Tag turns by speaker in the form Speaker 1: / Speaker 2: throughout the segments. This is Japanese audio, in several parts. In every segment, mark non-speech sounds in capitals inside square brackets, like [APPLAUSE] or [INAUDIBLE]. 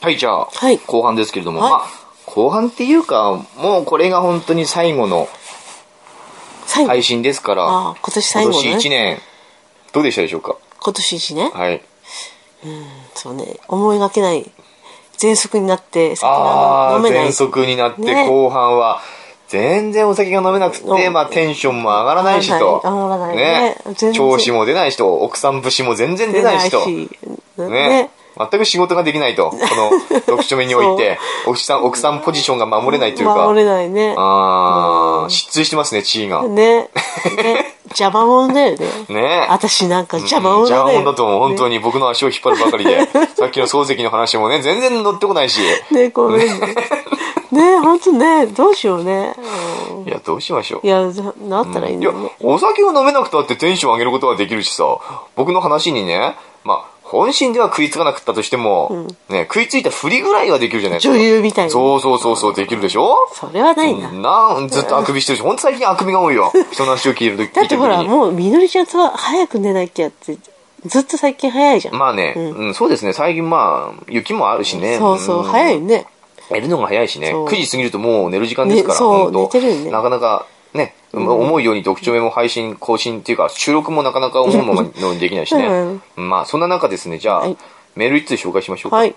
Speaker 1: はい、じゃあ、
Speaker 2: はい
Speaker 1: 後半ですけれども、
Speaker 2: はい
Speaker 1: まあ、後半っていうか、もうこれが本当に最後の
Speaker 2: 最後、
Speaker 1: 配信ですから、
Speaker 2: ああ今年最後
Speaker 1: 今年
Speaker 2: ね
Speaker 1: 1年、どうでしたでしょうか
Speaker 2: 今年一年
Speaker 1: はい。
Speaker 2: そうね思いがけない喘息になって酒が
Speaker 1: ああ、
Speaker 2: 飲めない
Speaker 1: 喘息になって、
Speaker 2: ね
Speaker 1: 後半は、全然お酒が飲めなくて、
Speaker 2: うん
Speaker 1: まあテンションも上がらないしと。
Speaker 2: 上がらないね全然
Speaker 1: 調子も出ないしと、奥さん節も全然出ないしと。
Speaker 2: ね
Speaker 1: ね。全く仕事ができないと。こ
Speaker 2: [LAUGHS]
Speaker 1: の、読書目において、奥さん、奥さんポジションが守れないというか。
Speaker 2: 守れないね
Speaker 1: ああ、失墜してますね、地位が。ね
Speaker 2: ねね邪魔者だよね
Speaker 1: え。
Speaker 2: 私なんか邪魔
Speaker 1: うん
Speaker 2: 者だ
Speaker 1: 邪
Speaker 2: よ
Speaker 1: 魔者だと思う。本当
Speaker 2: に
Speaker 1: に僕の足を引っ張るばかり
Speaker 2: [LAUGHS]
Speaker 1: で。さっきの漱石の話もね、全然乗ってこないし。
Speaker 2: ねねごめんねね本当ねどうしようねうん
Speaker 1: いや、どうしましょう
Speaker 2: い。やなったらいいん
Speaker 1: い
Speaker 2: だ
Speaker 1: や
Speaker 2: よね、
Speaker 1: お酒を飲めなくたってテンション上げることはできるしさ、僕の話にね、まあ、本心では食いつかなかったとしても、ね、食いついたふりぐらいはできるじゃないですか。
Speaker 2: 女優みたいな
Speaker 1: そうそうそうそう、できるでしょ
Speaker 2: それはないな、
Speaker 1: なん、ずっとあくびしてるし、ほんと最近あくびが多
Speaker 2: [LAUGHS]
Speaker 1: いよ。人の話を聞いてる時
Speaker 2: だってほら
Speaker 1: 聞いてる時に
Speaker 2: もうみのりちゃんとは早く寝なきゃってずっと最近早いじゃん、
Speaker 1: まあね、
Speaker 2: うん
Speaker 1: うん、そうですね、最近まあ、雪もあるしね。
Speaker 2: そうそう、
Speaker 1: ん
Speaker 2: 早いね
Speaker 1: 寝るのが早いしね、
Speaker 2: そう
Speaker 1: 9時過ぎるともう寝る時間ですから、
Speaker 2: ねそう
Speaker 1: 本当
Speaker 2: 寝てるよね
Speaker 1: なかなかね、思うように読書メも配信、更新っていうか、収録もなかなか思うままにできないしね。まあ、そんな中ですね、じゃあ、
Speaker 2: はい
Speaker 1: メール一通紹介しましょうか。
Speaker 2: はい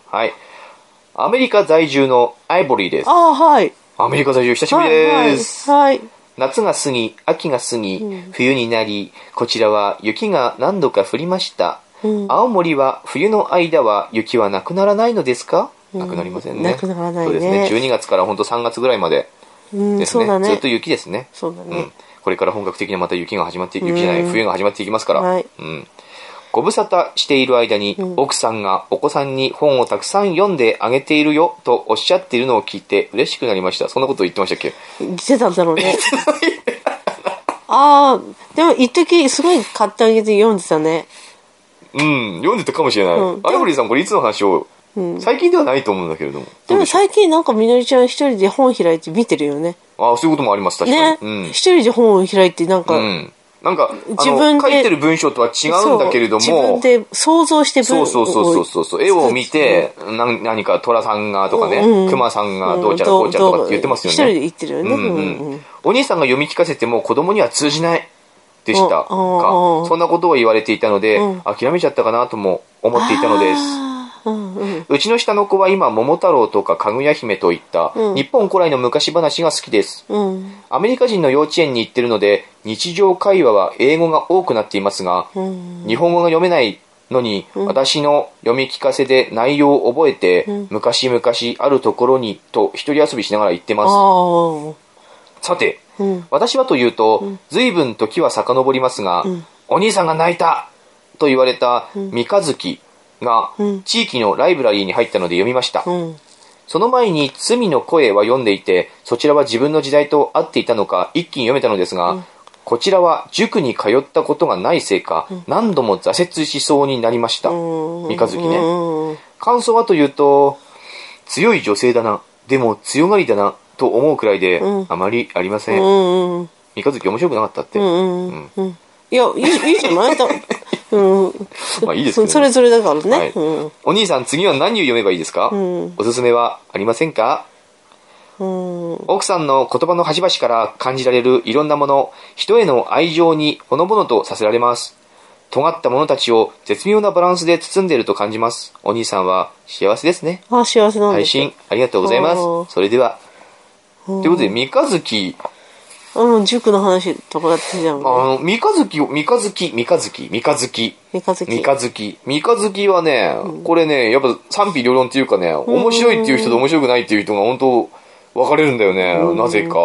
Speaker 1: アメリカ在住のアイボリーです
Speaker 2: あ。あはい
Speaker 1: アメリカ在住、久しぶ
Speaker 2: は
Speaker 1: り
Speaker 2: いは
Speaker 1: で
Speaker 2: い
Speaker 1: す。
Speaker 2: はい
Speaker 1: 夏が過ぎ、秋が過ぎ、冬になり、こちらは雪が何度か降りました。
Speaker 2: うん
Speaker 1: 青森は冬の間は雪はなくならないのですか、なくなりませんね。
Speaker 2: なくならない
Speaker 1: そ
Speaker 2: ね
Speaker 1: うですね。12月から本当3月ぐらいまで
Speaker 2: うん
Speaker 1: です
Speaker 2: そ
Speaker 1: ね,、
Speaker 2: うだ
Speaker 1: ずっ
Speaker 2: ね
Speaker 1: と雪ですね。
Speaker 2: そうだ
Speaker 1: うん
Speaker 2: ね、。
Speaker 1: これから本格的なまた雪が始まって、雪じゃない、
Speaker 2: うん
Speaker 1: 冬が始まっていきますから。
Speaker 2: はい
Speaker 1: うん。ご無沙汰している間に、
Speaker 2: うん
Speaker 1: 奥さんがお子さんに本をたくさん読んであげているよとおっしゃっているのを聞いて嬉しくなりました。そんなこと言ってましたっけ
Speaker 2: 言ってたんだろうねああでも一時すごい買ってあげて読んでたね
Speaker 1: うん、読んでたかもしれない。
Speaker 2: うん
Speaker 1: アイボリーさん、これいつの話を、
Speaker 2: うん
Speaker 1: 最近ではないと思うんだけれども。
Speaker 2: で
Speaker 1: どう
Speaker 2: も
Speaker 1: でしょう
Speaker 2: 最近なんかみのりちゃん一人で本開いて見てるよね
Speaker 1: ああ、そういうこともあります、確か
Speaker 2: ね
Speaker 1: に。うん
Speaker 2: 一人で本を開いてなんか、
Speaker 1: うん。なんか、あ
Speaker 2: 自分
Speaker 1: の、
Speaker 2: で
Speaker 1: 書いてる文章とは違うんだけれど
Speaker 2: そう
Speaker 1: も、
Speaker 2: 自分で想像して
Speaker 1: そうそうそうそうそう、絵を見
Speaker 2: ね
Speaker 1: て、な何か虎さんがとか
Speaker 2: う
Speaker 1: ね、
Speaker 2: ん
Speaker 1: 熊さんがどうちゃらこうちゃらとかって言ってますよ
Speaker 2: 一人で
Speaker 1: ね。
Speaker 2: 言ってるよ
Speaker 1: う
Speaker 2: ね。
Speaker 1: ん
Speaker 2: う
Speaker 1: うん
Speaker 2: うん
Speaker 1: ん。お兄さんが読み聞かせても子供には通じないでしたか
Speaker 2: おおお。
Speaker 1: そんなことを言われていたので
Speaker 2: うん、
Speaker 1: 諦めちゃったかなとも思っていたのです。
Speaker 2: あーうんうん。
Speaker 1: うちの下の子は今、桃太郎とかかぐや姫といった、
Speaker 2: うん
Speaker 1: 日本古来の昔話が好きです。
Speaker 2: うん
Speaker 1: アメリカ人の幼稚園に行ってるので、日常会話は英語が多くなっていますが、
Speaker 2: うん。
Speaker 1: 日本語が読めないのに、私の読み聞かせで内容を覚えて、
Speaker 2: ん
Speaker 1: 昔々あるところにと一人遊びしながら行って
Speaker 2: あ
Speaker 1: ま
Speaker 2: あ。
Speaker 1: す。さて、
Speaker 2: うん。
Speaker 1: 私はというと、随分時は遡りますが、
Speaker 2: ん
Speaker 1: お兄さんが泣いたと言われた三日月が
Speaker 2: うん
Speaker 1: 地域のライブラリーに入ったので読みました。
Speaker 2: うん。
Speaker 1: その前に罪の声は読んでいて、そちらは自分の時代と合っていたのか、一気に読めたのですが、こちらは塾に通ったことがないせいか、何度も挫折しそうになりました。三日月
Speaker 2: う
Speaker 1: ね。
Speaker 2: んうん。
Speaker 1: 感想はというと、強い女性だな、でも強がりだな、と思うくらいで、
Speaker 2: うん
Speaker 1: あまりありません。
Speaker 2: うんうん。
Speaker 1: 三日月面白くなかったって。
Speaker 2: うんうんうん。いや、いいいいじゃないだうん。
Speaker 1: まあいいですけどね
Speaker 2: そそれぞれだから
Speaker 1: はい
Speaker 2: ね。うん
Speaker 1: お兄さん、次は何を読めばいいですか、
Speaker 2: ん
Speaker 1: おすすめはありませんか
Speaker 2: うん。
Speaker 1: 奥さんの言葉の端々から感じられるいろんなもの、人への愛情にほのぼのとさせられます。尖った者たちを絶妙なバランスで包んでいると感じます。お兄さんは幸せですね。
Speaker 2: あ、幸せなんで
Speaker 1: 配
Speaker 2: すよ
Speaker 1: 信ありがとうございま
Speaker 2: お
Speaker 1: す。
Speaker 2: ー
Speaker 1: それでは。
Speaker 2: うん
Speaker 1: ということで、三日月、
Speaker 2: うん、塾の話とかやってたじゃん。
Speaker 1: あの、三日月を、三日月、三日月、三日月。
Speaker 2: 三日月。
Speaker 1: 三日月。三日月はね、これね、やっぱ賛否両論っていうかね、面白いっていう人と面白くないっていう人が本当分かれるんだよね。なぜか。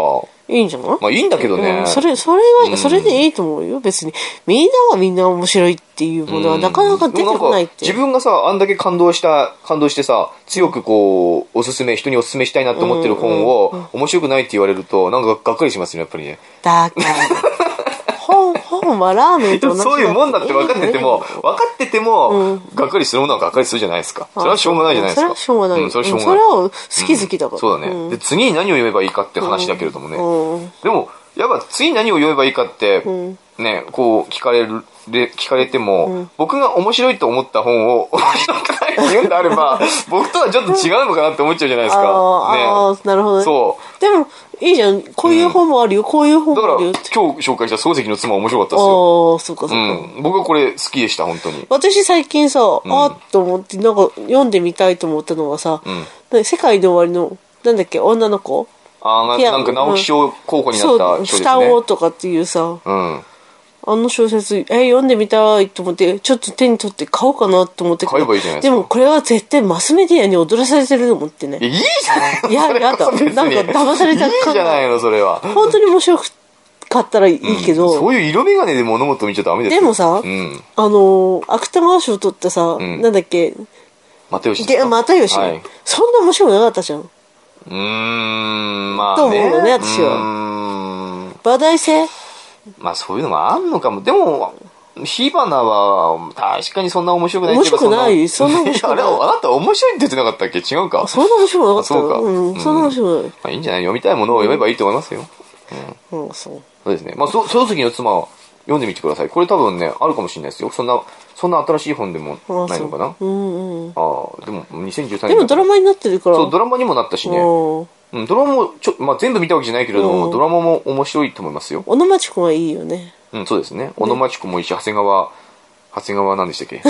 Speaker 2: いいんじゃない
Speaker 1: まあいいんだけどね。
Speaker 2: うん、それ、それ
Speaker 1: うん
Speaker 2: は、それでいいと思うよ、別に。みんながみんな面白いっていうものは、なかなか出てこな
Speaker 1: でも
Speaker 2: いって。
Speaker 1: んか自分がさあんだけ感動した感動してさ強くこうおすすめ人におすすめしたいなって思ってる本を、面白くないって言われるとなんかがっかりしますよねやっぱりね
Speaker 2: だから、
Speaker 1: [LAUGHS]
Speaker 2: 本、本はラーメンと同じだ
Speaker 1: そういうもんだって分かってても分かってても、がっかりするものはがっかりするじゃないですかそれはしょうがないじゃないですか
Speaker 2: それはしょうがない。
Speaker 1: んそれはしょうが
Speaker 2: そ
Speaker 1: ない
Speaker 2: れ、は好き好きだから。
Speaker 1: そうだね、で次に何を読めばいいかって話だけれどもね、
Speaker 2: うん。
Speaker 1: でもやっぱ次に何を読めばいいかって、
Speaker 2: うん。
Speaker 1: ね、こう聞かれる、で聞かれても、僕が面白いと思った本
Speaker 2: [LAUGHS]
Speaker 1: を面白くないって言うんであれば、僕とはちょっと違うのかなって思っちゃうじゃないですか。
Speaker 2: あーあ
Speaker 1: ね、
Speaker 2: ー、なるほどね。。
Speaker 1: そう
Speaker 2: でも、いいじゃん。こういう本もあるよ、こういう本
Speaker 1: だか
Speaker 2: も
Speaker 1: ら
Speaker 2: あるよ
Speaker 1: 今
Speaker 2: って
Speaker 1: 日。紹介した漱石の妻は面白かった
Speaker 2: あ
Speaker 1: です
Speaker 2: あ
Speaker 1: よ。
Speaker 2: ー、そっかそっか。
Speaker 1: うん、僕はこれ好きでした、本当に。
Speaker 2: 私最近さ、あーっと思って、なんか読んでみたいと思ったのがさ、
Speaker 1: ん
Speaker 2: な世界の終わりの、なんだっけ、女の子
Speaker 1: ああ、
Speaker 2: ピア
Speaker 1: ななんか直木賞候補になった
Speaker 2: そ
Speaker 1: 人
Speaker 2: う、
Speaker 1: です
Speaker 2: 蓋
Speaker 1: ね
Speaker 2: を。とかっていうさ、
Speaker 1: うん。
Speaker 2: あの小説、えー読んでみたいと思って、ちょっと手に取って買おうかなと思って。
Speaker 1: 買えばいいじゃないです
Speaker 2: で
Speaker 1: か
Speaker 2: もこれは絶対マスメディアに踊らされてると思ってね
Speaker 1: い。やいいじゃないの
Speaker 2: いや
Speaker 1: それ
Speaker 2: やだ
Speaker 1: 別に
Speaker 2: なんか騙された
Speaker 1: いいじゃないの、それは。
Speaker 2: 本当に面白かったらいいけど、
Speaker 1: そういう色眼鏡で物事見ちゃダメですよ
Speaker 2: でもさ
Speaker 1: うん。
Speaker 2: あのー、芥川賞取ったさ、
Speaker 1: ん
Speaker 2: なんだっけ、
Speaker 1: 又吉です
Speaker 2: で
Speaker 1: か
Speaker 2: 又吉、
Speaker 1: はい。
Speaker 2: そんな面白くなかったじゃん。
Speaker 1: うーん、まあ、ね。
Speaker 2: と思うのね私は
Speaker 1: うーん。
Speaker 2: 話題性
Speaker 1: まあ、そういうのもあんのかも。でも、火花は、確かにそんな面白くないって言えば
Speaker 2: 面白くないそんな面白くない
Speaker 1: や [LAUGHS] あれ、あなた面白いって言ってなかったっけ違うか。
Speaker 2: そんな面白くなかった
Speaker 1: あそうか
Speaker 2: うん、そんな面白くない。
Speaker 1: まあ、いいんじゃない読みたいものを読めばいいと思いますよ。
Speaker 2: うん、そう。
Speaker 1: そうですね。まあ、そ、その時の妻は読んでみてください。これ多分ね、あるかもしれないですよ。そんな、そんな新しい本でも
Speaker 2: あ
Speaker 1: ないのかな。あ
Speaker 2: そううんうん。
Speaker 1: あ、でも、2013年。
Speaker 2: でもドラマになってるから。
Speaker 1: そう、ドラマにもなったしね。
Speaker 2: うん
Speaker 1: うん、ドラマもちょ、まあ、全部見たわけじゃないけれども、
Speaker 2: うん
Speaker 1: ドラマも面白いと思いますよ。
Speaker 2: 小野町子はいいよね。
Speaker 1: うん、そうですね。小野町子もいいし、長谷川、長谷川なんでしたっけ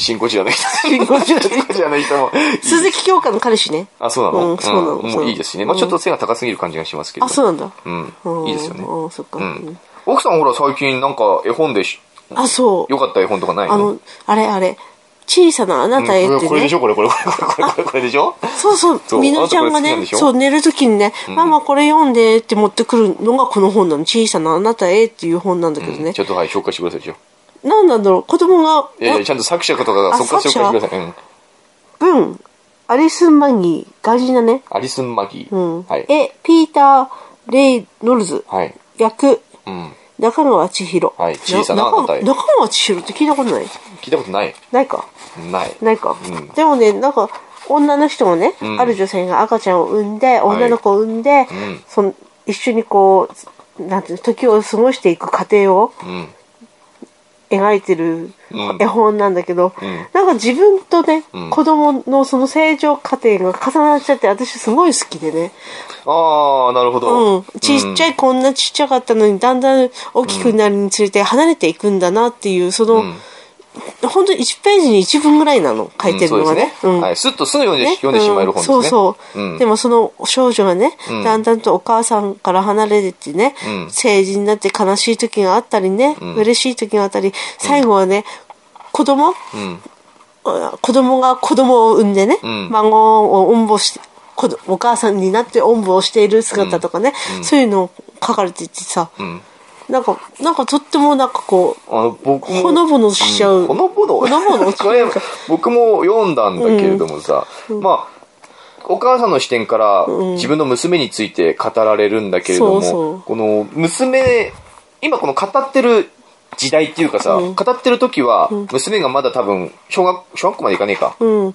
Speaker 1: 新ゴジラの人。新ゴジラの人も。
Speaker 2: 鈴木京香の彼氏ね。
Speaker 1: あ、そうなの、
Speaker 2: うんそうなのそうなの
Speaker 1: もういいですしね。まあ、ちょっと背が高すぎる感じがしますけど。
Speaker 2: あ、そうなんだ。
Speaker 1: うん。いいですよね。
Speaker 2: うん、そっか。
Speaker 1: うん。奥さんほら、最近なんか絵本でし、
Speaker 2: あ、そう。
Speaker 1: 良かった絵本とかないの
Speaker 2: あの、あれあれ。小さなあなたへって
Speaker 1: う
Speaker 2: ね
Speaker 1: ん、これこれでしょこれこれこれこれこれこれでしょ
Speaker 2: そうそう
Speaker 1: そう
Speaker 2: みのりちゃんが
Speaker 1: あなたこれ好きなん
Speaker 2: ね
Speaker 1: でしょ
Speaker 2: そう寝る時にね、ママこれ読んで」って持ってくるのがこの本なの「小さなあなたへ」っていう本なんだけどね
Speaker 1: ち、ょっとはい、紹介してくださいよ。
Speaker 2: なん、何なんだろう子供が
Speaker 1: いやいや、ちゃんと作者とかが
Speaker 2: あ
Speaker 1: そこから紹介してください。うん。
Speaker 2: 文アリス・マギー外人だね、
Speaker 1: アリスン・マギー。
Speaker 2: うん
Speaker 1: はい。
Speaker 2: えピーター・レイ・ノルズ、
Speaker 1: はい。
Speaker 2: 役
Speaker 1: うん。
Speaker 2: 中川千尋、
Speaker 1: はい小さなあなたへ
Speaker 2: 中中川千尋って聞いたことない
Speaker 1: 聞いたことない。
Speaker 2: ないか
Speaker 1: ない。
Speaker 2: ないか、
Speaker 1: うん
Speaker 2: でもねなんか女の人もね、
Speaker 1: ん
Speaker 2: ある女性が赤ちゃんを産んで女の子を産んで、
Speaker 1: ん
Speaker 2: その一緒にこうなんていうの時を過ごしていく過程を
Speaker 1: うん。
Speaker 2: 描いてる
Speaker 1: うん
Speaker 2: 絵本なんだけど、
Speaker 1: ん
Speaker 2: なんか自分とね、
Speaker 1: ん
Speaker 2: 子供のその成長過程が重なっちゃって私すごい好きでね、
Speaker 1: ああ、なるほ
Speaker 2: う
Speaker 1: ど。
Speaker 2: ん、ちっちゃいこんなちっちゃかったのにだんだん大きくなるにつれて離れていくんだなっていうその、本当に1ページに1分ぐらいなの書いてるのが
Speaker 1: うんそ
Speaker 2: ね。
Speaker 1: うです
Speaker 2: うん
Speaker 1: はい。スッとすぐ読んで,、
Speaker 2: ね
Speaker 1: 読んでしまえる本ですね。
Speaker 2: うんそうそう、
Speaker 1: うん
Speaker 2: でもその少女がね、
Speaker 1: ん
Speaker 2: だんだんとお母さんから離れてってね、
Speaker 1: うん
Speaker 2: 成人になって悲しい時があったりね、嬉しい時があったり最後はね子供
Speaker 1: うん。
Speaker 2: あ子供が子供を産んでね、
Speaker 1: ん
Speaker 2: 孫をおんぶして子どお母さんになっておんぶをしている姿とかね、そういうのを書かれててさ、
Speaker 1: ん
Speaker 2: なんかなんかとってもなんかこう
Speaker 1: あの、僕も。
Speaker 2: ほのぼのしちゃう、
Speaker 1: ほのぼの
Speaker 2: ほのぼの
Speaker 1: これ [LAUGHS] 僕も読んだんだけれどもさ、まあお母さんの視点から自分の娘について語られるんだけれども、
Speaker 2: そうそう
Speaker 1: この娘今この語ってる時代っていうかさ、語ってる時は娘がまだ多分小学小学校までいかねえか、
Speaker 2: うん、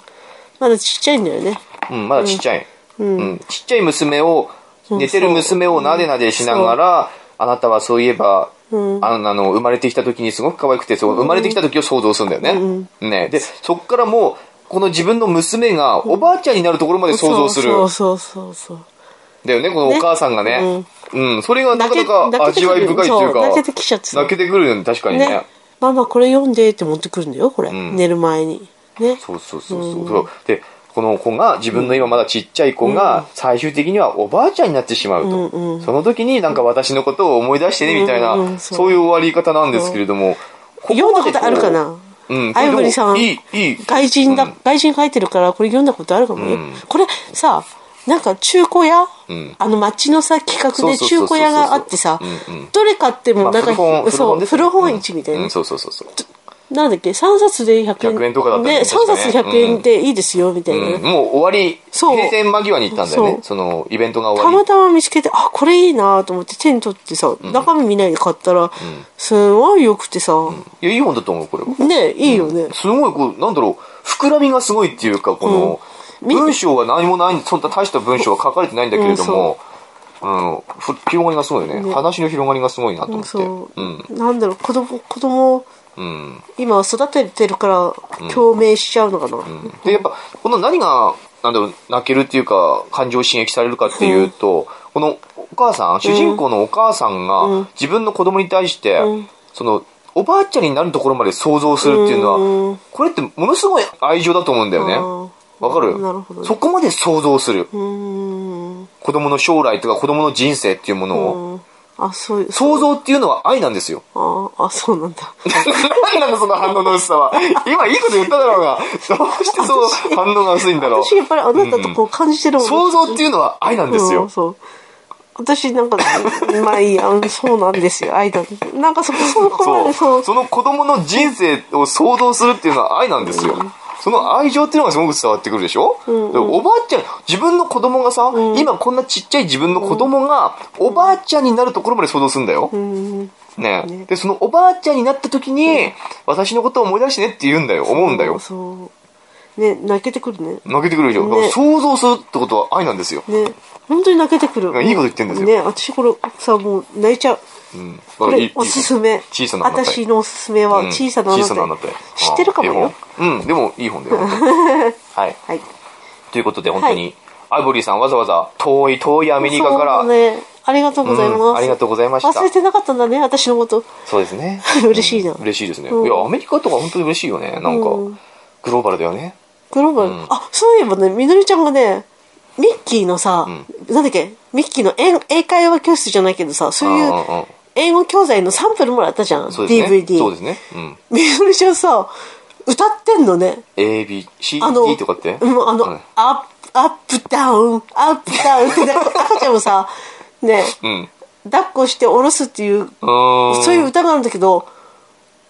Speaker 2: まだちっちゃいんだよね
Speaker 1: うん、まだちっちゃい、うんちっちゃい娘を寝てる娘をなでなでしながら、あなたはそういえば、あのあの生まれてきた時にすごく可愛くてそう生まれてきた時を想像するんだよね,、ねでそっからもうこの自分の娘がおばあちゃんになるところまで想像する、
Speaker 2: そうそうそうそう
Speaker 1: だよねこのお母さんがねうん、それがなかな
Speaker 2: 泣け
Speaker 1: か
Speaker 2: 泣け
Speaker 1: 味
Speaker 2: てく
Speaker 1: わ
Speaker 2: る
Speaker 1: い深いっていうか
Speaker 2: そう泣けてきちゃってさ
Speaker 1: 泣けてくるよね確かにね
Speaker 2: ねママこれ読んでって持ってくるんだよこれ、寝る前にね
Speaker 1: そうそうそうそうそうでこの子が自分の今まだちっちゃい子が最終的にはおばあちゃんになってしまうと、その時になんか私のことを思い出してねみたいな、
Speaker 2: うんうんそう
Speaker 1: そういう終わり方なんですけれども、ここ
Speaker 2: 読んだ
Speaker 1: ま
Speaker 2: こ
Speaker 1: で
Speaker 2: とあるかな
Speaker 1: うん
Speaker 2: アイブリさん
Speaker 1: いいいい
Speaker 2: 外人だ、
Speaker 1: うん
Speaker 2: 外人書いてるからこれ読んだことあるかも
Speaker 1: う
Speaker 2: よ、
Speaker 1: ん
Speaker 2: これさなんか中古屋、
Speaker 1: ん
Speaker 2: あの街のさ企画で
Speaker 1: そうそうそ
Speaker 2: 中
Speaker 1: うそう
Speaker 2: 古屋があってさ
Speaker 1: うんうん
Speaker 2: どれ買って
Speaker 1: ま
Speaker 2: も
Speaker 1: あ
Speaker 2: なんか、
Speaker 1: 古本
Speaker 2: そう
Speaker 1: ですね
Speaker 2: 古本市みたいな、
Speaker 1: うんうんそうそうそうそう
Speaker 2: なんだっけ3冊で100円
Speaker 1: 100円とかだったよね
Speaker 2: ね3冊
Speaker 1: 確か
Speaker 2: 100
Speaker 1: ね
Speaker 2: 円でいいですよみたいな、
Speaker 1: うんもう終わり
Speaker 2: そう
Speaker 1: 閉店間際に行ったんだよね
Speaker 2: そう
Speaker 1: そのイベントが終
Speaker 2: た
Speaker 1: わ
Speaker 2: ま
Speaker 1: り
Speaker 2: たま見つけてあこれいいなと思って手に取ってさ中身見ないで買ったら、すごい良くてさ、
Speaker 1: いやいい本だと思うこれは
Speaker 2: ねいいよね、
Speaker 1: すごいこうなんだろう膨らみがすごいっていうかこの、
Speaker 2: うんみ
Speaker 1: 文章が何もないそんな大した文章は書かれてないんだけれども、あのふ広がりがすごいよね
Speaker 2: ね
Speaker 1: 話の広がりがすごいなと思って
Speaker 2: そうう、
Speaker 1: ん
Speaker 2: なんだろう子供子供
Speaker 1: うん
Speaker 2: 今育ててるから共鳴しちゃうのかな、
Speaker 1: でやっぱこの何がなんだろう泣けるっていうか感情刺激されるかっていうと、このお母さん主人公のお母さん
Speaker 2: う
Speaker 1: が
Speaker 2: ん
Speaker 1: 自分の子供に対して、
Speaker 2: うん
Speaker 1: そのおばあちゃんになるところまで想像するっていうのは、
Speaker 2: うん
Speaker 1: これってものすごい愛情だと思うんだよね
Speaker 2: あー
Speaker 1: わかる
Speaker 2: なるほどね
Speaker 1: そこまで想像する
Speaker 2: うーん
Speaker 1: 子供の将来とか子供の人生っていうものを、
Speaker 2: うんあそういう
Speaker 1: 想像っていうのは愛なんですよ [LAUGHS]
Speaker 2: ああそうなんだ
Speaker 1: なんなんだその反応の薄さは今いいこと言っただろうがどうしてそう反応が薄いんだろう
Speaker 2: 私やっぱりあなたとこう感じてるもん、
Speaker 1: 想像っていうのは愛なんですよ、
Speaker 2: うんそう私なんか [LAUGHS] まあいいやうんそうなんですよ愛だなんかそこそこ
Speaker 1: そ
Speaker 2: まで
Speaker 1: う
Speaker 2: そう
Speaker 1: その子供の人生を想像するっていうのは愛なんですよ、その愛情っていうのがすごく伝わってくるでしょ、
Speaker 2: んうん
Speaker 1: でおばあちゃん自分の子供がさ、今こんなちっちゃい自分の子供が、おばあちゃんになるところまで想像するんだよ、
Speaker 2: うん
Speaker 1: ね
Speaker 2: ね
Speaker 1: でそのおばあちゃんになった時に、私のことを思い出してねって言うんだよ思うんだよ
Speaker 2: そうね泣けてくるね
Speaker 1: 泣けてくるでしょ、
Speaker 2: ね
Speaker 1: だから想像するってことは愛なんですよ、
Speaker 2: ね本当に泣けてくる
Speaker 1: いいこと言ってんですよ
Speaker 2: ね私これさもう泣いちゃう
Speaker 1: うん、だ
Speaker 2: こ
Speaker 1: からいい
Speaker 2: れおすすめ
Speaker 1: 小さな花
Speaker 2: 私のおすすめは
Speaker 1: うん
Speaker 2: 小さなあなた,、
Speaker 1: たよ
Speaker 2: 知ってるかもよ
Speaker 1: あ絵本うんでもいい本だ
Speaker 2: [LAUGHS]
Speaker 1: よ本当はい
Speaker 2: はい
Speaker 1: ということで本当に、アイボリーさんわざわざ遠い遠いアメリカから
Speaker 2: そうねありがとうございます、
Speaker 1: うんありがとうございました
Speaker 2: 忘れてなかったんだね私のこと
Speaker 1: そうですね
Speaker 2: [LAUGHS] 嬉しいな
Speaker 1: うん嬉しいですね、
Speaker 2: うん
Speaker 1: いやアメリカとか本当に嬉しいよねなんか、
Speaker 2: うん
Speaker 1: グローバルだよね
Speaker 2: グローバル、
Speaker 1: うん
Speaker 2: あそういえばねみのりちゃんがねミッキーのさ、なんだっけミッキーの英英会話教室じゃないけどさそうい
Speaker 1: んん
Speaker 2: う
Speaker 1: うん
Speaker 2: 英語教材のサンプルもらったじゃん、
Speaker 1: そうですね
Speaker 2: DVD
Speaker 1: そうですね、うん、
Speaker 2: みのりちゃんさ歌ってんのね
Speaker 1: ABCD とかって
Speaker 2: うん、あの、
Speaker 1: うん
Speaker 2: アップ、アップダウン、アップダウンって、なんか赤ちゃんをさ、ね、
Speaker 1: うん
Speaker 2: 抱っこして下ろすっていう、
Speaker 1: うーん
Speaker 2: そういう歌があるんだけど、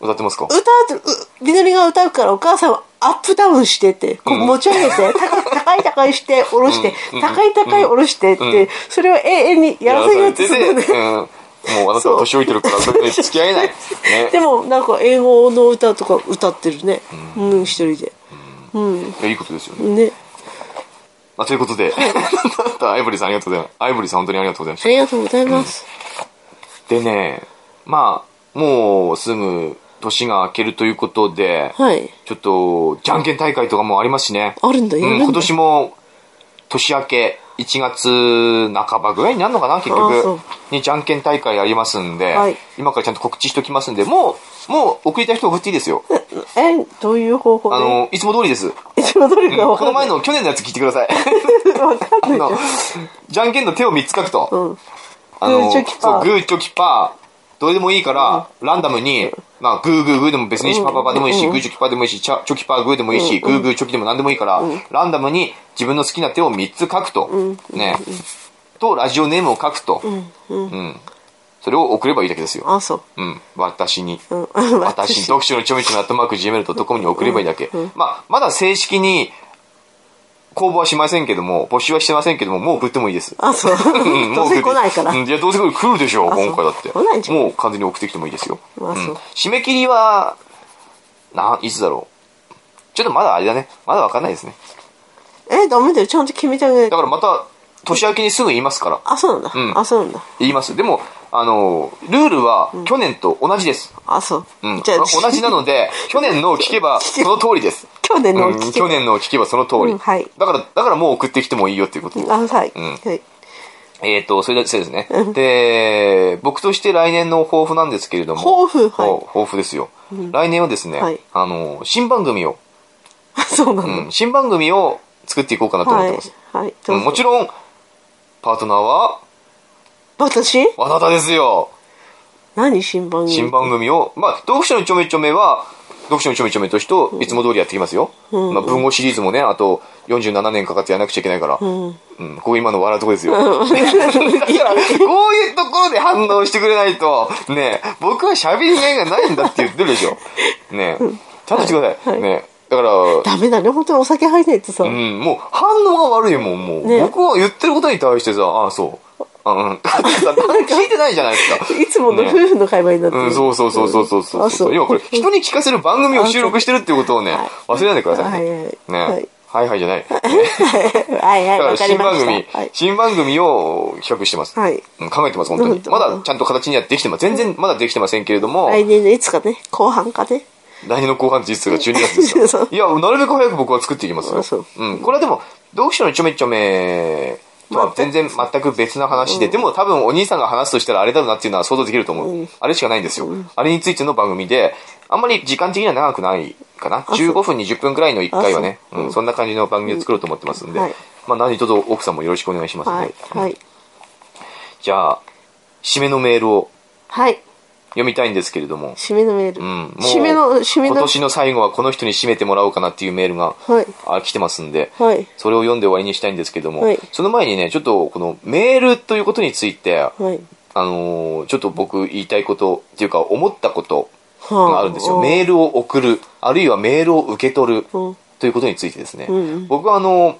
Speaker 1: 歌ってますか
Speaker 2: 歌うと、うみのりが歌うからお母さんはアップダウンしてって、こう持ち上げて、高い高い高いして、下ろして、
Speaker 1: うん
Speaker 2: 高い高い下ろしてって、それを永遠にやらせようとするの
Speaker 1: やらされてて
Speaker 2: ね。
Speaker 1: うん、もうあなたは年老いてるからそれに付き合えない、ね、
Speaker 2: [LAUGHS] でも、なんか英語の歌とか歌ってるね。うん、一人で。うん、
Speaker 1: いやいいことですよね
Speaker 2: ね。
Speaker 1: まあ、ということで、アイボリー [LAUGHS] さんありがとうございます。アイボリーさん本当にありがとうございま
Speaker 2: あ
Speaker 1: し
Speaker 2: りがとうございます。
Speaker 1: た。でね、まあ、もうすぐ年が明けるということで、
Speaker 2: はい。
Speaker 1: ちょっと、じゃんけん大会とかもありますしね。
Speaker 2: あるんだ
Speaker 1: う
Speaker 2: よ。
Speaker 1: ん、
Speaker 2: なん
Speaker 1: 今
Speaker 2: だ
Speaker 1: 年も年明け1月半ばぐらいになるのかな、結
Speaker 2: あそ
Speaker 1: 局
Speaker 2: う。
Speaker 1: にじゃんけん大会やりますんで、
Speaker 2: はい
Speaker 1: 今からちゃんと告知しておきますんで、もう、もう送りたい人は送っていいですよ。
Speaker 2: え、どういう方法で
Speaker 1: あの、いつも通りです。
Speaker 2: いつもどれかわ
Speaker 1: こ
Speaker 2: か
Speaker 1: の
Speaker 2: んない。
Speaker 1: 前の去年のやつ聞いてください。
Speaker 2: [LAUGHS] わかん
Speaker 1: あ
Speaker 2: ないじ
Speaker 1: のじゃんけんの手を3つ書くと。
Speaker 2: ゃん。うん。
Speaker 1: あの、
Speaker 2: グーチョキパー
Speaker 1: そう、グーチョキパー、どれでもいいから、ランダムに、まあ、グーグーグーでも別にいいし、パパパでもいいし、グーチョキパーでもいいし、チャチョキパーグーでもいいし、グーグーチョキでも何でもいいから、ランダムに自分の好きな手を3つ書くと。ね。と、ラジオネームを書くと。うん。それを送ればいいだけですよ。
Speaker 2: あ、そう。
Speaker 1: うん。私に。
Speaker 2: うん。
Speaker 1: 私、読書のちょみちょみアットマーク Gmail.com に送ればいいだけ。まあ、まだ正式に公募はしませんけども、募集はしてませんけども、もう送ってもいいです。
Speaker 2: あ、そう
Speaker 1: うん。
Speaker 2: どうせ来ないから
Speaker 1: う。んいや、どうせ来る来るでしょう、
Speaker 2: あそう
Speaker 1: 今回だって。
Speaker 2: 来ないんじゃん
Speaker 1: もう完全に送ってきてもいいですよ。
Speaker 2: あそう
Speaker 1: 締め切りは、な、いつだろう。ちょっとまだあれだね。まだわかんないですね。
Speaker 2: え、ダメだよ。ちゃんと決めてあげない
Speaker 1: だからまた、年明けにすぐ言いますから。
Speaker 2: あ、そうなん
Speaker 1: うん
Speaker 2: だ。あ、そうなんだ。
Speaker 1: 言います。でも、あの、ルールは去年と同じです。
Speaker 2: あ、そう
Speaker 1: うん。。
Speaker 2: じゃあ、
Speaker 1: 同
Speaker 2: [LAUGHS]
Speaker 1: じなので、去年のを聞けばその通りです。
Speaker 2: 去年のを
Speaker 1: うん
Speaker 2: 聞け
Speaker 1: 去。年のを聞けばその通り。
Speaker 2: うんはい
Speaker 1: だから、だからもう送ってきてもいいよっていうことです
Speaker 2: あ、はい。
Speaker 1: うん
Speaker 2: はい。
Speaker 1: えー、と、それでそうですね。で、僕として来年の抱負なんですけれども。
Speaker 2: 抱負はい
Speaker 1: お抱負ですよ。来年はですね、
Speaker 2: はい
Speaker 1: あの、新番組を、
Speaker 2: あ、そうな
Speaker 1: うんん新番組を作っていこうかな
Speaker 2: だ。
Speaker 1: と思っ
Speaker 2: は
Speaker 1: て
Speaker 2: い
Speaker 1: ます。。
Speaker 2: はい。
Speaker 1: うんもちろん、パートナーは、
Speaker 2: ろん。私
Speaker 1: あなたですよ。
Speaker 2: 何新番組
Speaker 1: 新番組を、まあ、読書のちょめちょめは、読書のちょめちょめとしてといつも通りやってきますよ。
Speaker 2: うん
Speaker 1: まあ、文豪シリーズもね、あと47年かかってやらなくちゃいけないから。
Speaker 2: うん。
Speaker 1: うん、こう今の笑うとこですよ。だから、 [LAUGHS] こういうところで反応してくれないと、ねえ僕は喋りがいがないんだって言ってるでしょ。ねえちゃんとしてください。
Speaker 2: はい
Speaker 1: ねえだから、
Speaker 2: [LAUGHS] ダメだね。本当にお酒入んないとさ
Speaker 1: う。ん、もう反応が悪いもん、もう。
Speaker 2: ねえ
Speaker 1: 僕は言ってることに対してさ、ああ、そう。あうん。聞いてないじゃないですか。
Speaker 2: いつもの夫婦の会話になって
Speaker 1: う
Speaker 2: る
Speaker 1: ん、そうそうそうそうそうそう
Speaker 2: あ、そう。
Speaker 1: 要はこれ、人に聞かせる番組を収録してるっていうことをね
Speaker 2: はい、
Speaker 1: 忘れないでください
Speaker 2: はい
Speaker 1: ね。
Speaker 2: はい
Speaker 1: ね
Speaker 2: [LAUGHS]
Speaker 1: は
Speaker 2: はい。
Speaker 1: いはいじゃない。
Speaker 2: はいは
Speaker 1: だ
Speaker 2: い、
Speaker 1: か
Speaker 2: わ
Speaker 1: ら
Speaker 2: かり
Speaker 1: 新
Speaker 2: ま
Speaker 1: 番
Speaker 2: した。
Speaker 1: 組、
Speaker 2: はい。
Speaker 1: 新番組を企画してます。
Speaker 2: はい
Speaker 1: うん考えてます、本当
Speaker 2: な
Speaker 1: に
Speaker 2: る。ほど
Speaker 1: まだちゃんと形にはできてます。全然まだできてませんけれども、
Speaker 2: 来年のいつかね、後半かね。
Speaker 1: 来年の後半実数が12月ですか
Speaker 2: [LAUGHS] そ
Speaker 1: ら
Speaker 2: う
Speaker 1: いや、なるべく早く僕は作っていきますよ。
Speaker 2: あそう
Speaker 1: うん。これはでも、読書のちょめちょめとは全然全く別な話で、でも多分お兄さんが話すとしたらあれだろうなっていうのは想像できると思う。あれしかないんですよ、あれについての番組で、あんまり時間的には長くないかな。
Speaker 2: そう
Speaker 1: 15分、20分くらいの1回はね、
Speaker 2: あ
Speaker 1: うん、そんな感じの番組を作ろうと思ってますんで、
Speaker 2: はい
Speaker 1: まあ何とぞ奥さんもよろしくお願いしますね。
Speaker 2: はい。はい。
Speaker 1: じゃあ、締めのメールを
Speaker 2: はい。
Speaker 1: 読みたいんですけれども、
Speaker 2: 締めのメール。
Speaker 1: うん、もう
Speaker 2: 締めの、締め
Speaker 1: 今
Speaker 2: の。
Speaker 1: 年の最後はこの人に締めてもらおうかなっていうメールが、
Speaker 2: はい
Speaker 1: あ来てますんで、
Speaker 2: はい
Speaker 1: それを読んで終わりにしたいんですけども、
Speaker 2: はい
Speaker 1: その前にね、ちょっとこのメールということについて、
Speaker 2: はい。
Speaker 1: あのーちょっと僕言いたいことっていうか思ったこと
Speaker 2: は
Speaker 1: があるんですよ。
Speaker 2: ー
Speaker 1: メールを送る、あるいはメールを受け取る
Speaker 2: うん
Speaker 1: ということについてですね、
Speaker 2: んうん
Speaker 1: 僕はあのー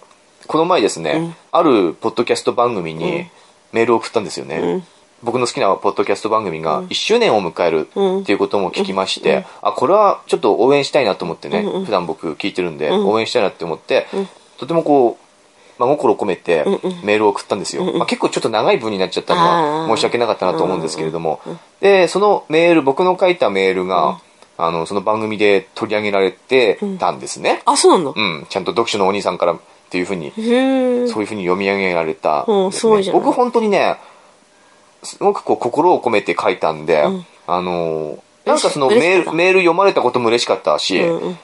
Speaker 1: この前ですね、あるポッドキャスト番組にメールを送ったんですよね。僕の好きなポッドキャスト番組が1周年を迎えるっていうことも聞きまして、あこれはちょっと応援したいなと思ってね、普段僕聞いてるんで、応援したいなって思って、とてもこう真心を込めてメールを送ったんですよ、まあ、結構ちょっと長い文になっちゃったの
Speaker 2: あ
Speaker 1: は
Speaker 2: ー
Speaker 1: 申し訳なかったなと思うんですけれども、でそのメール僕の書いたメールが、あのその番組で取り上げられてたんですね、
Speaker 2: あ、そうなんだ。
Speaker 1: うん、ちゃんと読書のお兄さんからっていうふうに
Speaker 2: へえ。
Speaker 1: そういうふうに読み上げられたん
Speaker 2: うん
Speaker 1: です
Speaker 2: す
Speaker 1: ね、
Speaker 2: ごいじゃない
Speaker 1: 僕本当にねすごくこう心を込めて書いたんで、あのーなんかその
Speaker 2: 嬉し
Speaker 1: メ
Speaker 2: 嬉
Speaker 1: ー
Speaker 2: しかった
Speaker 1: ルメール読まれたことも嬉しかったし、
Speaker 2: うんうん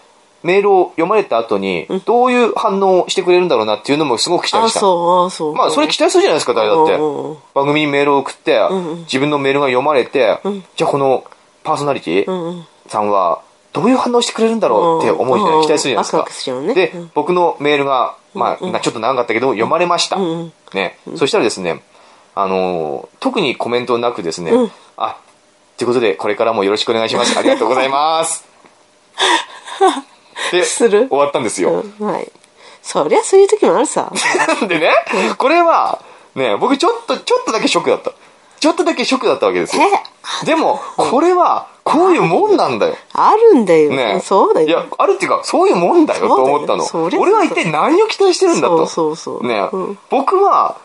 Speaker 1: メールを読まれた後にどういう反応をしてくれるんだろうなっていうのもすごく期待
Speaker 2: あ、
Speaker 1: した、
Speaker 2: そう、あ、そう。
Speaker 1: まあそれ期待するじゃないですか誰だって、
Speaker 2: うんうんうん
Speaker 1: 番組にメールを送って、
Speaker 2: んうん
Speaker 1: 自分のメールが読まれて、じゃあこのパーソナリテ
Speaker 2: う
Speaker 1: ィ
Speaker 2: んうん。
Speaker 1: さんはどういう反応してくれるんだろうって思うじゃない、
Speaker 2: うん
Speaker 1: 期待するじゃないですか、
Speaker 2: ワクワクしちゃうね。
Speaker 1: で、
Speaker 2: うん
Speaker 1: 僕のメールが、まあ、なちょっと長かったけど、読まれました。
Speaker 2: んうん
Speaker 1: ね、そしたらですね、あのー特にコメントなくですね、
Speaker 2: うん
Speaker 1: あ、ということで、これからもよろしくお願いします。ありがとうござい
Speaker 2: [LAUGHS]
Speaker 1: ます。で、
Speaker 2: する
Speaker 1: 終わったんですよ。
Speaker 2: うんはい。そりゃそういう時もあ
Speaker 1: [LAUGHS]
Speaker 2: るさ。
Speaker 1: でね、これは、ね、僕ちょっと、ちょっとだけショックだった。ちょっとだけショックだったわけですよ。
Speaker 2: え
Speaker 1: でも、これは、こういうもんなんだよ。
Speaker 2: あるんだよ。
Speaker 1: ね
Speaker 2: そうだよ。
Speaker 1: いや、あるっていうか、そういうもんだよと思ったの。
Speaker 2: そうだよそりゃ
Speaker 1: 俺は
Speaker 2: そうだ
Speaker 1: 一体何を期待してるんだと。
Speaker 2: そうそうそう
Speaker 1: ね、
Speaker 2: うん
Speaker 1: 僕は、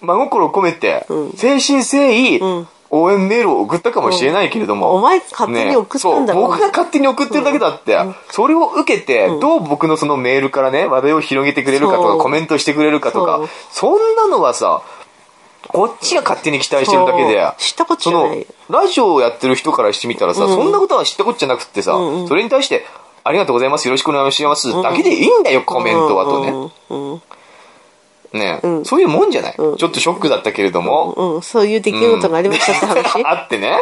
Speaker 1: 真心を込めて、
Speaker 2: うん
Speaker 1: 誠心誠意、
Speaker 2: ん
Speaker 1: 応援メールを送ったかもしれないけれども。
Speaker 2: うんお前勝手に送ったんだろ
Speaker 1: ねそう僕が勝手に送ってるだけだって、それを受けて、どう僕のそのメールからね、話題を広げてくれるかと
Speaker 2: そ
Speaker 1: か、
Speaker 2: う
Speaker 1: コメントしてくれるかとか、そんなのはさ、こっちが勝手に期待してるだけで
Speaker 2: そう、知ったこっち
Speaker 1: そ
Speaker 2: ゃな
Speaker 1: の
Speaker 2: いよ。
Speaker 1: ラジオをやってる人からしてみたらさ、そんなことは知ったことじゃなくってさ、
Speaker 2: んうん
Speaker 1: それに対して、ありがとうございます、よろしくお願いします、だけでいいんだよ、コメントはとね。
Speaker 2: うんうん
Speaker 1: ね、
Speaker 2: ん
Speaker 1: そういうもんじゃない、
Speaker 2: うん
Speaker 1: ちょっとショックだったけれども、
Speaker 2: うん、うん、そういう出来事がありましたって話。
Speaker 1: あってね、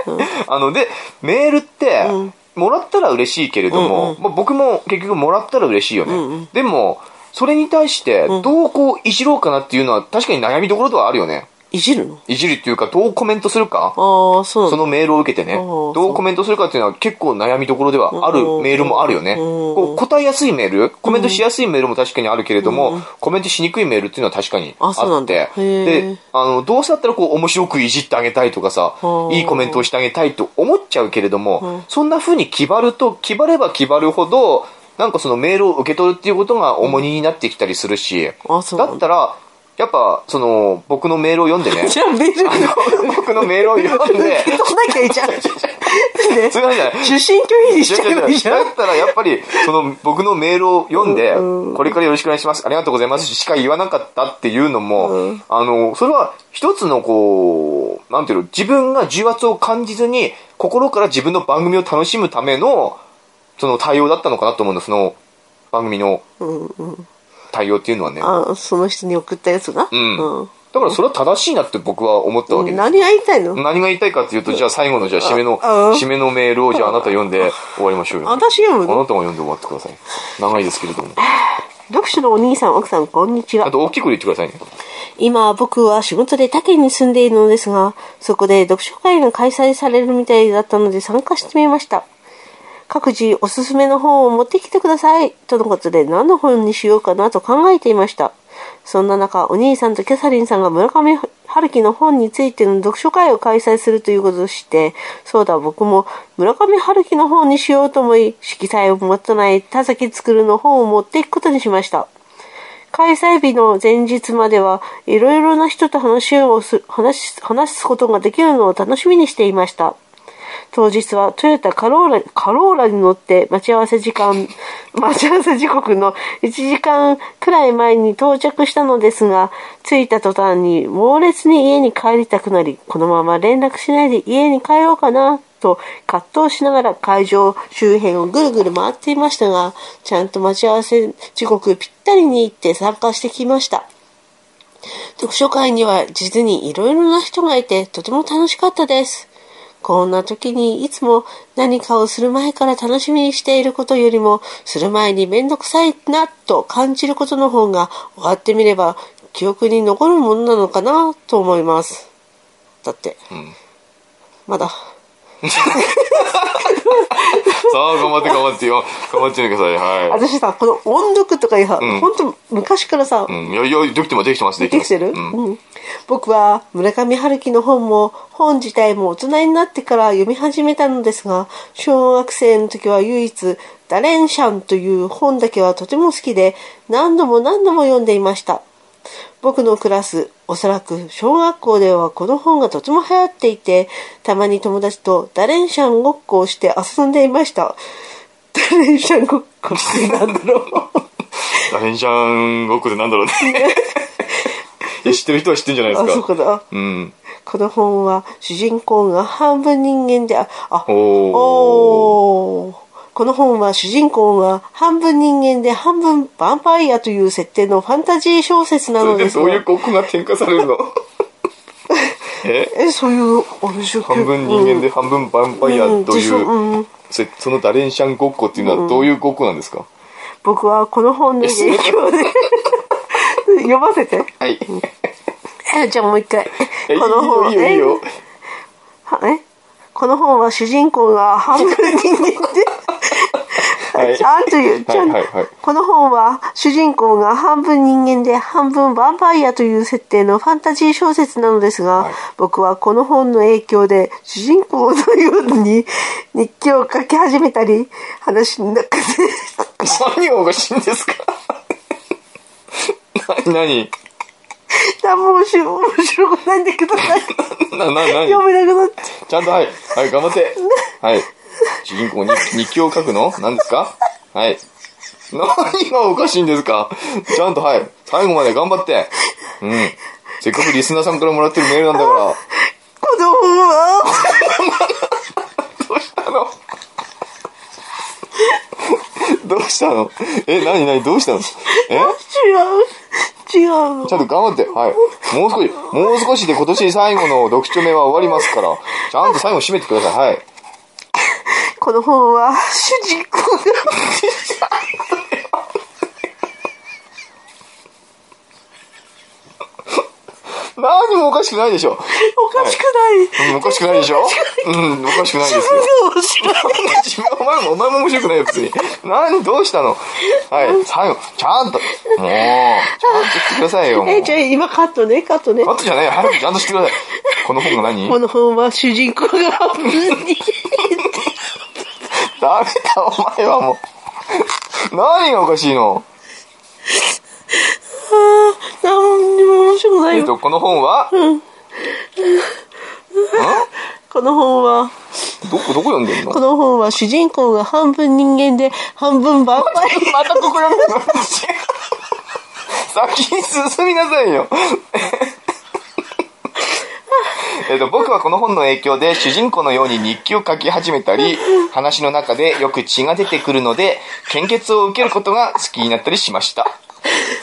Speaker 1: あのでメールって、
Speaker 2: うん
Speaker 1: もらったら嬉しいけれども、
Speaker 2: うんうん
Speaker 1: まあ、僕も結局もらったら嬉しいよね、
Speaker 2: うんうん
Speaker 1: でもそれに対してどうこういじろうかなっていうのは確かに悩みどころではあるよね
Speaker 2: いじるの
Speaker 1: いじるっていうかどうコメントするか
Speaker 2: ああ、そう
Speaker 1: そ
Speaker 2: なの。
Speaker 1: のメールを受けてね、
Speaker 2: あー
Speaker 1: どうコメントするかっていうのは結構悩みどころではある
Speaker 2: うん
Speaker 1: メールもあるよね。
Speaker 2: うん
Speaker 1: こう答えやすいメール、コメントしやすいメールも確かにあるけれども、コメントしにくいメールっていうのは確かに
Speaker 2: あそう
Speaker 1: あ
Speaker 2: な
Speaker 1: っ
Speaker 2: んだ
Speaker 1: て、
Speaker 2: へー
Speaker 1: で、あの、どうせだったらこう面白くいじってあげたいとかさ
Speaker 2: う、ん
Speaker 1: いいコメントをしてあげたいと思っちゃうけれども、そんな風に気張ると、気張れば気張るほど、なんかそのメールを受け取るっていうことが重荷になってきたりするし、
Speaker 2: あそう
Speaker 1: だ
Speaker 2: なんだ
Speaker 1: ったら、やっぱ、その、僕のメールを読んでね、
Speaker 2: [LAUGHS] じゃあメールに
Speaker 1: 僕のメールを読んで、
Speaker 2: 飛ばなきゃいいじゃん。ね、
Speaker 1: そういう話じゃ
Speaker 2: [LAUGHS]
Speaker 1: ない
Speaker 2: 受信拒否にしちゃえばいいじゃん。
Speaker 1: だったらやっぱりその僕のメールを読んで、
Speaker 2: うん
Speaker 1: これからよろしくお願いしますありがとうございますしか言わなかったっていうのも、
Speaker 2: うん
Speaker 1: あのそれは一つのこうなんていうの自分が重圧を感じずに心から自分の番組を楽しむためのその対応だったのかなと思うのその番組の
Speaker 2: うんうん。
Speaker 1: 対応っていうのはね
Speaker 2: あその人に送ったやつが。
Speaker 1: うんだからそれは正しいなって僕は思ったわけです、
Speaker 2: 何が言いたいの
Speaker 1: 何が言いたいかっていうとじゃあ最後のじゃあ締めの
Speaker 2: ああ
Speaker 1: 締めのメールをじゃああなた読んで終わりましょうよ
Speaker 2: 私読む
Speaker 1: あな
Speaker 2: の
Speaker 1: たが読んで終わってください。長いですけれども。
Speaker 2: 読書のお兄さん、奥さん、こんにちは
Speaker 1: あ。と大きく言ってくださいね。
Speaker 2: [LAUGHS] 今僕は仕事で他県に住んでいるのですが、そこで読書会が開催されるみたいだったので参加してみました。各自おすすめの本を持ってきてください。とのことで何の本にしようかなと考えていました。そんな中、お兄さんとキャサリンさんが村上春樹の本についての読書会を開催するということを知って、そうだ、僕も村上春樹の本にしようと思い、色彩を持たない田崎作の本を持っていくことにしました。開催日の前日まではいろいろな人と話をす話し話すことができるのを楽しみにしていました。当日はトヨタカローラ、カローラに乗って待ち合わせ時間、 [LAUGHS] 待ち合わせ時刻の1時間くらい前に到着したのですが、着いた途端に猛烈に家に帰りたくなり、このまま連絡しないで家に帰ろうかな、と葛藤しながら会場周辺をぐるぐる回っていましたが、ちゃんと待ち合わせ時刻ぴったりに行って参加してきました。読書会には実にいろいろな人がいてとても楽しかったです。こんな時にいつも何かをする前から楽しみにしていることよりもする前にめんどくさいなと感じることの方が終わってみれば記憶に残るものなのかなと思います。だって、まだ。
Speaker 1: あ頑張って頑張ってよ頑張ってみてくださいはい
Speaker 2: 私さ、この音読とかいうさ、
Speaker 1: ん
Speaker 2: ほんと昔からさ、
Speaker 1: うん、いやいやできてますできてますで
Speaker 2: できてる、
Speaker 1: うん
Speaker 2: うん僕は村上春樹の本も本自体も大人になってから読み始めたのですが小学生の時は唯一「ダレンシャン」という本だけはとても好きで何度も何度も読んでいました僕のクラスおそらく小学校ではこの本がとても流行っていてたまに友達とダレンシャンごっこをして遊んでいましたダレンシャンごっこってなんだろう
Speaker 1: ダレンシャンごっこってなんだろう
Speaker 2: [LAUGHS]
Speaker 1: ねいや知ってる人は知ってるんじゃないです
Speaker 2: あ
Speaker 1: か
Speaker 2: そうかな
Speaker 1: うん
Speaker 2: この本は主人公が半分人間でああ
Speaker 1: おお
Speaker 2: おーこの本は主人公が半分人間で半分ヴァンパイアという設定のファンタジー小説な
Speaker 1: そ
Speaker 2: の
Speaker 1: れ
Speaker 2: で
Speaker 1: ですどういう
Speaker 2: が
Speaker 1: ごっこが転化され
Speaker 2: [LAUGHS]
Speaker 1: るのえ
Speaker 2: えそういうお話を聞く
Speaker 1: 半分人間で半分ヴァンパイアという、
Speaker 2: うんうん
Speaker 1: それそのダレンシャンごっこっていうのはどういうごっこなんですか、
Speaker 2: 僕はこの本の影響
Speaker 1: [LAUGHS]
Speaker 2: で読ませて
Speaker 1: はい
Speaker 2: えじゃあもう一回
Speaker 1: えいい
Speaker 2: [LAUGHS] この
Speaker 1: よ
Speaker 2: 本
Speaker 1: いいよいいよ
Speaker 2: はえこの本は主人公が半分人間で
Speaker 1: はい
Speaker 2: [LAUGHS] ちゃんと言う、ちゃんと、
Speaker 1: はいはいはい
Speaker 2: この本は主人公が半分人間で半分ヴァンパイアという設定のファンタジー小説なのですが、
Speaker 1: はい
Speaker 2: 僕はこの本の影響で主人公のよう
Speaker 1: [LAUGHS]
Speaker 2: に日記を書き始めたり、話の中で、
Speaker 1: 何がおかしいんですか [LAUGHS] な何
Speaker 2: 何も面白面白くないんだけど、
Speaker 1: なな何
Speaker 2: 読めな
Speaker 1: [LAUGHS]
Speaker 2: くなっちゃ
Speaker 1: ちゃんとはい、はい、頑張って。はい。主人公に日記を書くの何ですかはい。何がおかしいんですかちゃんとはい、最後まで頑張って。うん。せっかくリスナーさんからもらってるメールなんだから。
Speaker 2: う。この本は、
Speaker 1: どうしたのどうしたのえ、何何どうしたのえ
Speaker 2: 違う、違うの
Speaker 1: ちゃんと頑張って。はい。もう少し、もう少しで今年最後の読書目は終わりますから、ちゃんと最後締めてください。はい。
Speaker 2: この本は主人公が
Speaker 1: 何もおかしくないでしょ。
Speaker 2: おかしくない。
Speaker 1: うんおかしくないでしょうん、おかしくないですよ。
Speaker 2: 自分が面白い。
Speaker 1: 自分お前もお前も面白くないよ別に何どうしたのはい最後ちゃんともうちゃんとしてくださいよも
Speaker 2: [LAUGHS] え、
Speaker 1: う
Speaker 2: じゃあ今カットね、カットね
Speaker 1: カ。ットじゃないよ早くちゃんとしてくださいこの本が何
Speaker 2: こ
Speaker 1: ダメ
Speaker 2: の本は主人公が半分に。
Speaker 1: だお前はもう何がおかしいの
Speaker 2: あーなんにも面白くない
Speaker 1: えっ
Speaker 2: よ。
Speaker 1: とこの本は
Speaker 2: この本は、
Speaker 1: どこどこ読んでんの
Speaker 2: この本は主人公が半分人間で半分バンパイ
Speaker 1: [LAUGHS] またここ読んでんの先に進みなさいよ [LAUGHS] えっと僕はこの本の影響で主人公のように日記を書き始めたり話の中でよく血が出てくるので献血を受けることが好きになったりしました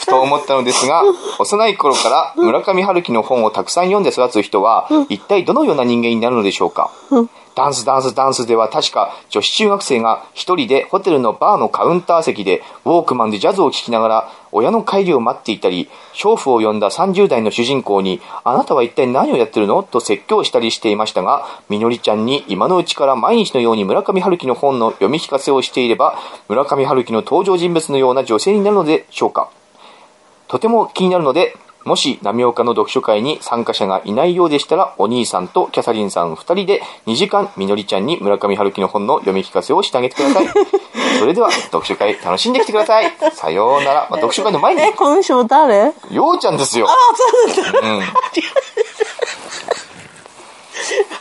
Speaker 1: ふと思ったのです [LAUGHS] が幼い頃から村上春樹の本をたくさん読んで育つ人は一体どのような人間になるのでしょうかダンスダンスダンスでは確か女子中学生が一人でホテルのバーのカウンター席でウォークマンでジャズを聴きながら親の帰りを待っていたり、娼婦を呼んだ30代の主人公にあなたは一体何をやってるのと説教したりしていましたが、みのりちゃんに今のうちから毎日のように村上春樹の本の読み聞かせをしていれば、村上春樹の登場人物のような女性になるのでしょうかとても気になるのでもし、波岡の読書会に参加者がいないようでしたら、お兄さんとキャサリンさん2人で2時間、みのりちゃんに村上春樹の本の読み聞かせをしてあげてください。 [LAUGHS] それでは、読書会楽しんできてください。さようなら。まあ、読書会の前に、
Speaker 2: え、この人誰あ、
Speaker 1: ようちゃんですよ。
Speaker 2: そうなんだ。
Speaker 1: うん。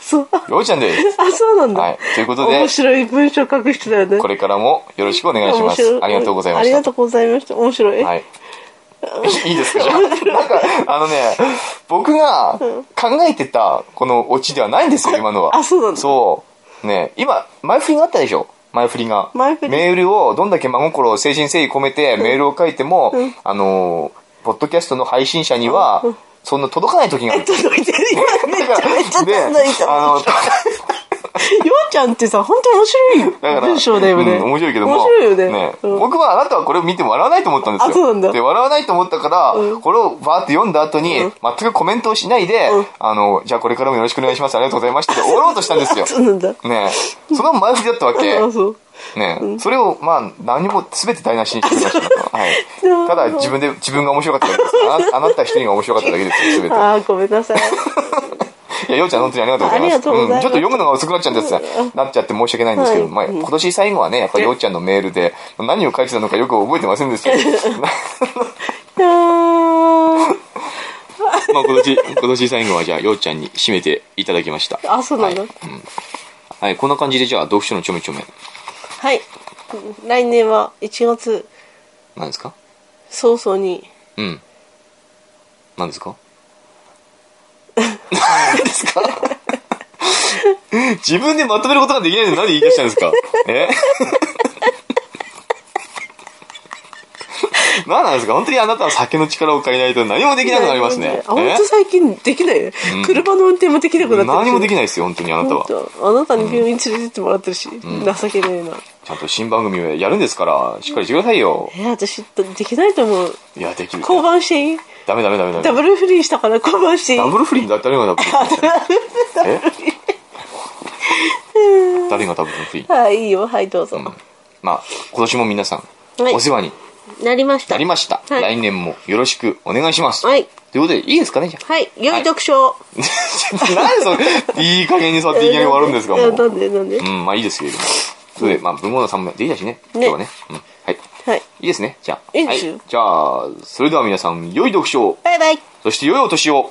Speaker 2: そう。
Speaker 1: ようちゃんです。
Speaker 2: あ、そうなんだ。
Speaker 1: はい。ということで
Speaker 2: 面、白い文章書く人だよね。
Speaker 1: これからもよろしくお願いしま
Speaker 2: 面
Speaker 1: す
Speaker 2: 白。
Speaker 1: ありがとうございま
Speaker 2: あり
Speaker 1: し
Speaker 2: が
Speaker 1: た。
Speaker 2: とうございました。面白い。
Speaker 1: はい。いいです
Speaker 2: [LAUGHS]
Speaker 1: かじゃあ。なんか、あのね、僕が考えてた、このオチではないんですよ、今のは。
Speaker 2: あそうなんだ
Speaker 1: そう。ね、今、前振りがあったでしょ前振りが。
Speaker 2: 前振り
Speaker 1: メールを、どんだけ真心を精神誠意込めてメールを書いても、あのー、ポッドキャストの配信者には、そんな届かない時がある。
Speaker 2: 届いてる。今 [LAUGHS] めっちゃめっちゃ
Speaker 1: で
Speaker 2: 届いた。
Speaker 1: あ
Speaker 2: [LAUGHS]
Speaker 1: の、
Speaker 2: ようちゃんってさ、本当に面
Speaker 1: だ
Speaker 2: 白
Speaker 1: か
Speaker 2: い
Speaker 1: ら
Speaker 2: 文章だよね。
Speaker 1: うん面白いけども
Speaker 2: 面白いよね。うん
Speaker 1: 僕はあなたはこれを見て笑わないと思ったんですよ
Speaker 2: あそうなんだ
Speaker 1: で笑わないと思ったから、これをバーって読んだ後に、
Speaker 2: うん
Speaker 1: 全くコメントをしないで、あのじゃあこれからもよろしくお願いしますありがとうございましたって終わろうとしたんですよ
Speaker 2: そうなんだ。
Speaker 1: ねえその前振りだったわけ
Speaker 2: あ、そう。
Speaker 1: ねえ、それをまあ何も全て台無しにしてみましたけど、
Speaker 2: [LAUGHS]
Speaker 1: はい、
Speaker 2: そう
Speaker 1: ただ自分で自分が面白かっただけですあなあなた一人が面白かっただけですよ全て
Speaker 2: あー、ごめんなさ
Speaker 1: [LAUGHS]
Speaker 2: い。
Speaker 1: いや、ようちゃん、本当にありがとうございます。
Speaker 2: ありがとうございま
Speaker 1: ん、ち
Speaker 2: す
Speaker 1: ょっと読むのが遅くなっちゃうんですなっちゃって申し訳ないんですけど、
Speaker 2: はい
Speaker 1: まあ、今年最後はね、やっぱりようちゃんのメールで、何を書いてたのかよく覚えてませんでしたけ
Speaker 2: [LAUGHS]
Speaker 1: ど、ま
Speaker 2: あー
Speaker 1: あ、今年、今年最後は、じゃあ、ようちゃんに締めていただきました。
Speaker 2: あ、そうなんだ
Speaker 1: はい。はい、こんな感じで、じゃあ、読書のちょめちょめ、
Speaker 2: はい。来年は1月
Speaker 1: なんですか
Speaker 2: 早々に。
Speaker 1: うん。なんですか [LAUGHS] 何ですか自分でまとめることができないのに何言い出したんですかえ [LAUGHS] 何なんですか本当にあなたは酒の力を借りないと何もできなくなりますね。
Speaker 2: あ、本当最近できないね。車の運転もできなくな
Speaker 1: え
Speaker 2: ってるし。
Speaker 1: 何もでき
Speaker 2: き
Speaker 1: ないですよ、本当にあなたは。
Speaker 2: あなたに病院連れてってもらってるし、情けねえな。
Speaker 1: ちゃんと新番組をやるんですから、しっかりしてくださいよ。
Speaker 2: え、私、できないと思う。
Speaker 1: いや、できる。
Speaker 2: 交番していい
Speaker 1: ダメダメダメダメ
Speaker 2: ダ。ブルフリーしたから交番していい
Speaker 1: ダブル不倫だ誰がダブル不倫え誰がダブル不倫
Speaker 2: はい、いいよ。はい、どうぞ。
Speaker 1: まあ今年も皆さん、
Speaker 2: はい
Speaker 1: お世話に
Speaker 2: なりました。
Speaker 1: なりました、
Speaker 2: はい
Speaker 1: 来年もよろしくお願いします、
Speaker 2: はい。
Speaker 1: ということでいいですかねじゃ [LAUGHS] あ
Speaker 2: はい、良い読書。
Speaker 1: 何それいい加減に触っていきなり終わるんですか
Speaker 2: い
Speaker 1: も
Speaker 2: や
Speaker 1: う
Speaker 2: なんで、なんで。
Speaker 1: うんまあいいですけれどもそれでまあ文豪の3もでいいだしね今日はね、うん、はい
Speaker 2: はい。
Speaker 1: いいですねじゃあ
Speaker 2: いいですよ
Speaker 1: はい、じゃあそれでは皆さん良い読書を
Speaker 2: バイバイ。
Speaker 1: そして良いお年を